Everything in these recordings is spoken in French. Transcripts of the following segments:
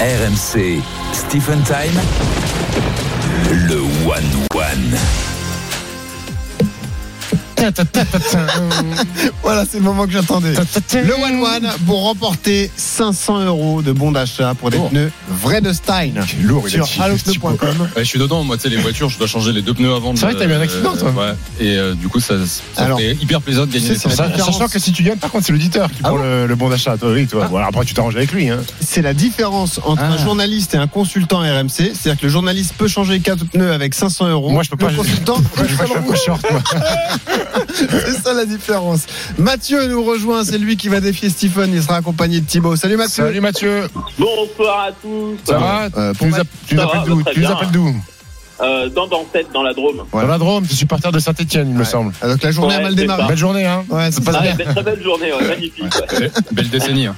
RMC, Stephen Time, le One One. voilà, c'est le moment que j'attendais. Le One One pour remporter 500 euros de bons d'achat pour des Oh. Lourd. pneus vrais de Stein. Lourd, il a Sur dit- allopneu.com. Ouais, je suis dedans, moi, tu sais, les voitures, je dois changer les deux pneus avant. C'est vrai que t'as eu un accident, toi. Ouais. Et euh, du coup, ça, ça Alors, fait hyper plaisir de gagner c'est des ça. La pneus. Sa- différence. Sachant que si tu gagnes, par contre, c'est l'auditeur qui prend le, le bon d'achat. Toi, oui, toi. Bon, alors après, tu t'arranges avec lui. Hein. C'est la différence entre un Ah. journaliste et un consultant RMC. C'est-à-dire que le journaliste peut changer quatre pneus avec 500 euros. Moi, je peux pas. Le consultant, Moi, je suis pas short, moi. c'est ça la différence. Mathieu nous rejoint. C'est lui qui va défier Stephen. Il sera accompagné de Thibaut. Salut Mathieu. Salut Mathieu, Bonsoir à tous. ça va Euh, Tu pour nous Mathieu, app- tu nous ça va, appelles d'où très Tu nous bien. appelles d'où Euh, dans Dantette, dans la Drôme. Ouais. Dans la Drôme, tu es supporter de Saint-Etienne, il me Ouais. semble. Ah, Donc la journée a Ouais, mal c'est démarré. Belle journée, hein Ouais, c'est Ça passe Ah, bien. be- très belle journée, ouais, magnifique. ouais. Belle décennie. hein.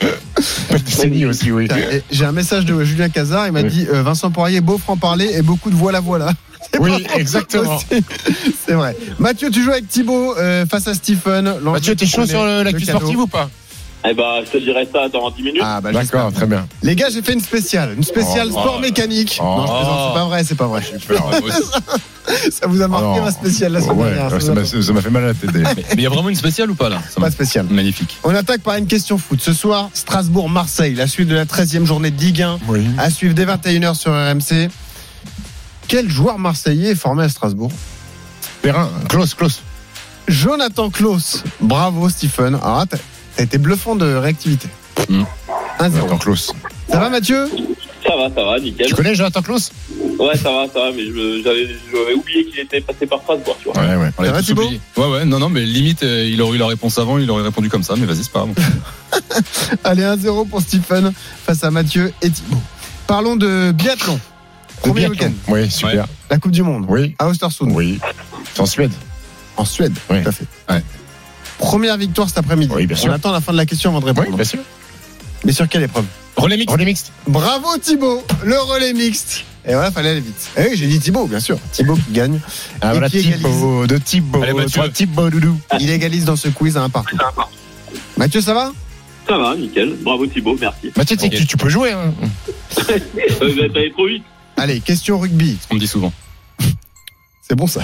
Belle décennie aussi, oui. Putain, et J'ai un message de Julien Cazard, il m'a Oui. dit euh, Vincent Poirier, beau franc-parler et beaucoup de voilà voilà. Oui, exactement. Aussi, C'est vrai. Mathieu, tu joues avec Thibaut euh, face à Stephen. L'enjeu, Mathieu, t'es tu chaud connais sur le- le l'actu cadeau. sportive ou pas Eh ben, je te dirai ça dans 10 minutes. Ah, bah, j'espère. D'accord, très bien. Les gars, j'ai fait une spéciale. Une spéciale Oh, sport oh, mécanique. oh. non, je plaisante, c'est pas vrai, c'est pas vrai. J'ai peur. Ouais, moi aussi. Ça vous a marqué Oh. ma spéciale la semaine Ouais, dernière. ouais, vous ça a m'a- marqué. ça m'a fait mal à la tête. d'ailleurs. Mais il y a vraiment une spéciale ou pas, là Ça Pas m'a- spéciale. Magnifique. On attaque par une question foot. Ce soir, Strasbourg-Marseille, la suite de la 13e journée de Ligue 1, Oui. à suivre dès 21h sur RMC. Quel joueur marseillais est formé à Strasbourg Perrin, close, close. Jonathan Klaus. Bravo, Stephen. Alors, là, t'as t'as été bluffant de réactivité. Hmm. Mm. 1-0. Jonathan Klaus. Ça va, Mathieu Ça va, ça va, nickel. Tu connais Jonathan Klaus Ouais, ça va, ça va, mais je me- j'avais j'avais oublié qu'il était passé par Strasbourg, tu vois. Ouais, ouais. On l'a va, tous Thibaut oublié. Ouais, ouais, non, non, mais limite, euh, il aurait eu la réponse avant, il aurait répondu comme ça, mais vas-y, c'est pas grave. Allez, 1-0 pour Stephen face à Mathieu et Thibaut. Parlons de biathlon. Premier Biathlon. week-end, Oui, super. la Coupe du Monde. Oui, À Östersund, oui. C'est en Suède. en Suède, Oui. tout à fait. Ouais. Première victoire cet après-midi. Oui, bien On sûr. attend la fin de la question avant de Oui, répondre. bien sûr. Mais sur quelle épreuve Relais mixte. Relais mixte. Bravo Thibaut, le relais mixte. Et voilà, fallait aller vite. Eh oui, j'ai dit Thibaut, bien sûr. Thibaut qui gagne. Ah, voilà, qui égalise. Thibaut, de Thibaut, Allez, Mathieu. trois Thibaut, doudou. Il égalise dans ce quiz à un partout. Mathieu, ça va Ça va, nickel. Bravo Thibaut, merci. Mathieu, tu- Ok. tu, tu peux jouer. Hein. Euh, vous êtes allé trop vite. Allez, question rugby. On me dit souvent. C'est bon ça.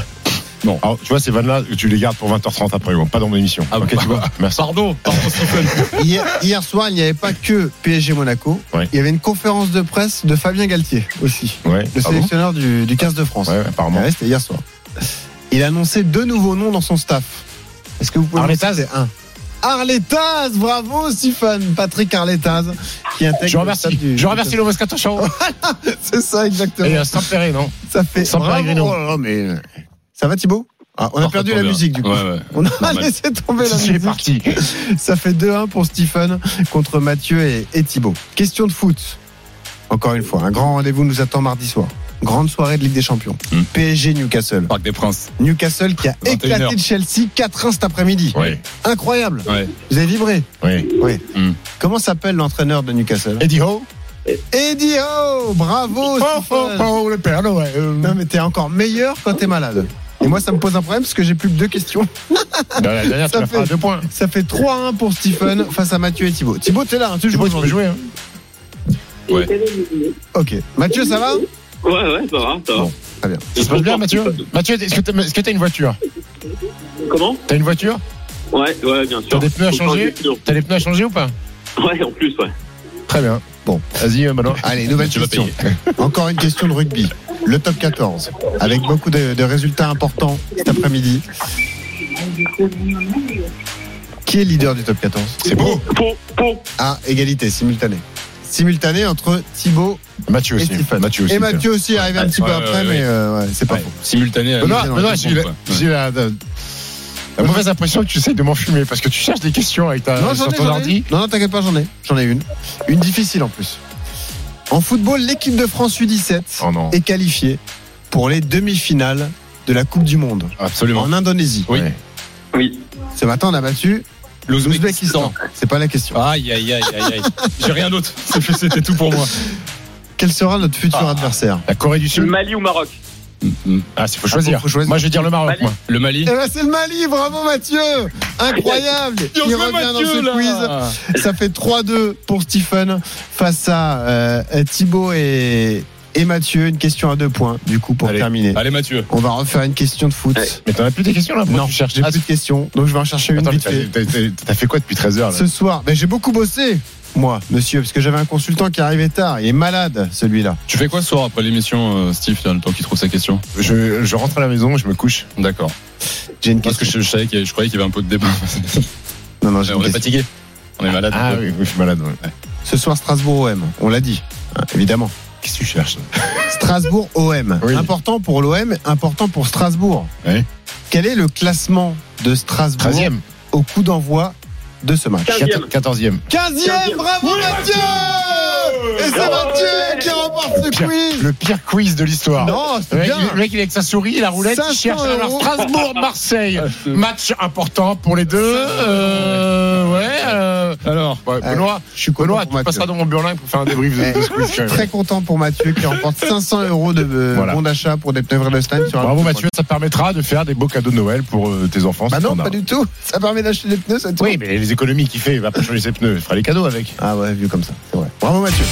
Alors, Ah, tu vois, ces vannes-là, tu les gardes pour 20h30 après, bon, pas dans mon émission. Ah, ok, bon. tu vois. Merci. Pardon, pardon, Stephen. Hier, hier soir, il n'y avait pas que PSG Monaco. Ouais. Il y avait une conférence de presse de Fabien Galtier aussi, Ouais, le ah bon sélectionneur du, du 15 de France. ouais, apparemment. Ouais, C'était hier soir. Il a annoncé deux nouveaux noms dans son staff. Est-ce que vous pouvez Arletaz. me citer un Arletaz, bravo Stéphane, Patrick Arletaz qui intègre. Je Ah, le remercie. staff du- Je remercie le Moscato Show. C'est ça exactement. Et euh, Sam Perret, non Ça fait. Sans Bravo. Pellegrino. Oh là là, mais... Ça va Thibaut Ah, On a Ah, perdu ça la tombe bien. musique hein. du coup. Ouais, ouais. On a Normal. laissé tomber la C'est musique. parti. Ça fait 2-1 pour Stephen contre Mathieu et, et Thibaut. Question de foot. Encore une fois, un grand rendez-vous nous attend mardi soir. Grande soirée de Ligue des Champions. Hmm. PSG Newcastle. Parc des Princes. Newcastle qui a 21 éclaté de Chelsea 4-1 cet après-midi. Oui, Incroyable. Ouais. Vous avez vibré. oui. Hmm. Comment s'appelle l'entraîneur de Newcastle Eddie Ho. Eddie Howe. Bravo. Oh, Stephen. oh, oh, le père, ouais. euh, Non mais t'es encore meilleur quand t'es malade. Et moi ça me pose un problème parce que j'ai plus que deux questions. dans la dernière, Ça tu m'as fait fait- deux points. Ça fait 3-1 pour Stephen face à Mathieu et Thibaut. Thibaut t'es là, hein, tu joues Thibaut, tu peux aujourd'hui. jouer. Hein. Ok. Mathieu ça va Ouais, ouais, ça va, ça va. Bon, très bien. Ça se passe bien, Mathieu Mathieu, est-ce que t'as- est-ce que t'as une voiture Comment T'as une voiture Ouais, ouais, bien sûr. T'as des pneus à changer T'as les pneus à changer ou pas Ouais, en plus, ouais. Très bien. Bon, vas-y, euh, Manon. Allez, nouvelle Tu vas question. payer. Encore une question de rugby. Le top 14, avec beaucoup de, de résultats importants cet après-midi. Qui est leader du top 14 C'est beau. Pau, Pau. Ah, égalité, simultanée. Simultanée entre Thibaut Mathieu Et aussi. Stéphane. Mathieu aussi. et Mathieu aussi, arrivé un petit peu ouais, après, ouais, mais ouais. euh, ouais, c'est pas Ouais. faux. Simultané à. Benoît, Michel Benoît, Antoine, j'ai la, quoi. j'ai la- la- la mauvaise impression que tu essayes de m'enfumer parce que tu cherches des questions avec ta, non, j'en sur ai, ton j'en ai. ordi. Non, non, t'inquiète pas, j'en ai. J'en ai une. Une difficile en plus. En football, l'équipe de France U17 Oh non. est qualifiée pour les demi-finales de la Coupe du Monde Absolument. en Indonésie. Oui. Ouais. Oui. Ce matin, on a battu l'Ouzbékistan. C'est pas la question. Aïe, aïe, aïe, aïe, aïe. J'ai rien d'autre. C'est- C'était tout pour moi. Quel sera notre futur Ah. adversaire La Corée du Sud. Mali ou Maroc Ah, c'est faut choisir. Ah, faut choisir. Moi, je vais dire le Maroc, Mali. moi. Le Mali. Eh ben, c'est le Mali, bravo Mathieu Incroyable Il revient dans ce quiz. Ça fait 3-2 pour Stephen face à euh, Thibaut et, et Mathieu. Une question à deux points, du coup, pour Allez. terminer. Ah. Allez Mathieu. On va refaire une question de foot. Allez. Mais t'en as plus des questions là Pourquoi Non, tu cherches j'ai des plus de questions, donc je vais en chercher une Attends, mais vite Ah, t'as, fait. t'as- t'as- t'as fait quoi depuis 13h là Ce soir, ben, j'ai beaucoup bossé, moi, monsieur, parce que j'avais un consultant qui arrivait tard. Il est malade, celui-là. Tu fais quoi ce soir après l'émission, euh, Steve, dans le temps qu'il trouve sa question je, je rentre à la maison, je me couche. D'accord. J'ai une Parce que question. je, je savais qu'il y avait- je croyais qu'il y avait un peu de débat. Non, non, j'ai une on est question. fatigué. On est malade. Ah oui, oui, je suis malade. ouais. Ce soir, Strasbourg-OM, on l'a dit, hein, évidemment. Qu'est-ce que tu cherches Strasbourg OM. Oui. Important pour l'OM, important pour Strasbourg. Oui. Quel est le classement de Strasbourg 13e au coup d'envoi de ce match 15e. 14e. 15e, bravo Mathieu Et c'est Mathieu qui remporte ce quiz Le pire quiz de l'histoire. Non, c'est Le mec, bien le mec, il est avec sa souris, la roulette, il 500 cherche alors euros. Ah, Strasbourg-Marseille. Match important pour les deux. Euh, ouais, euh, Alors, ouais, Ouais. Benoît, Je suis content Benoît, pour tu Mathieu. passeras dans mon burlin pour faire un débrief de, de ce quiz. quand même. Très content pour Mathieu qui remporte 500 euros de euh, Voilà. bon d'achat pour des pneus Vredestein sur un Bravo autre Mathieu, ça te permettra de faire des beaux cadeaux de Noël pour euh, tes enfants. produit. Bah non, si t'en as. pas du tout. Ça permet d'acheter des pneus, ça te Oui, mais les économies qu'il fait, il va pas changer ses pneus, il fera les cadeaux avec. Ah ouais, vu comme ça, c'est vrai. Bravo Mathieu.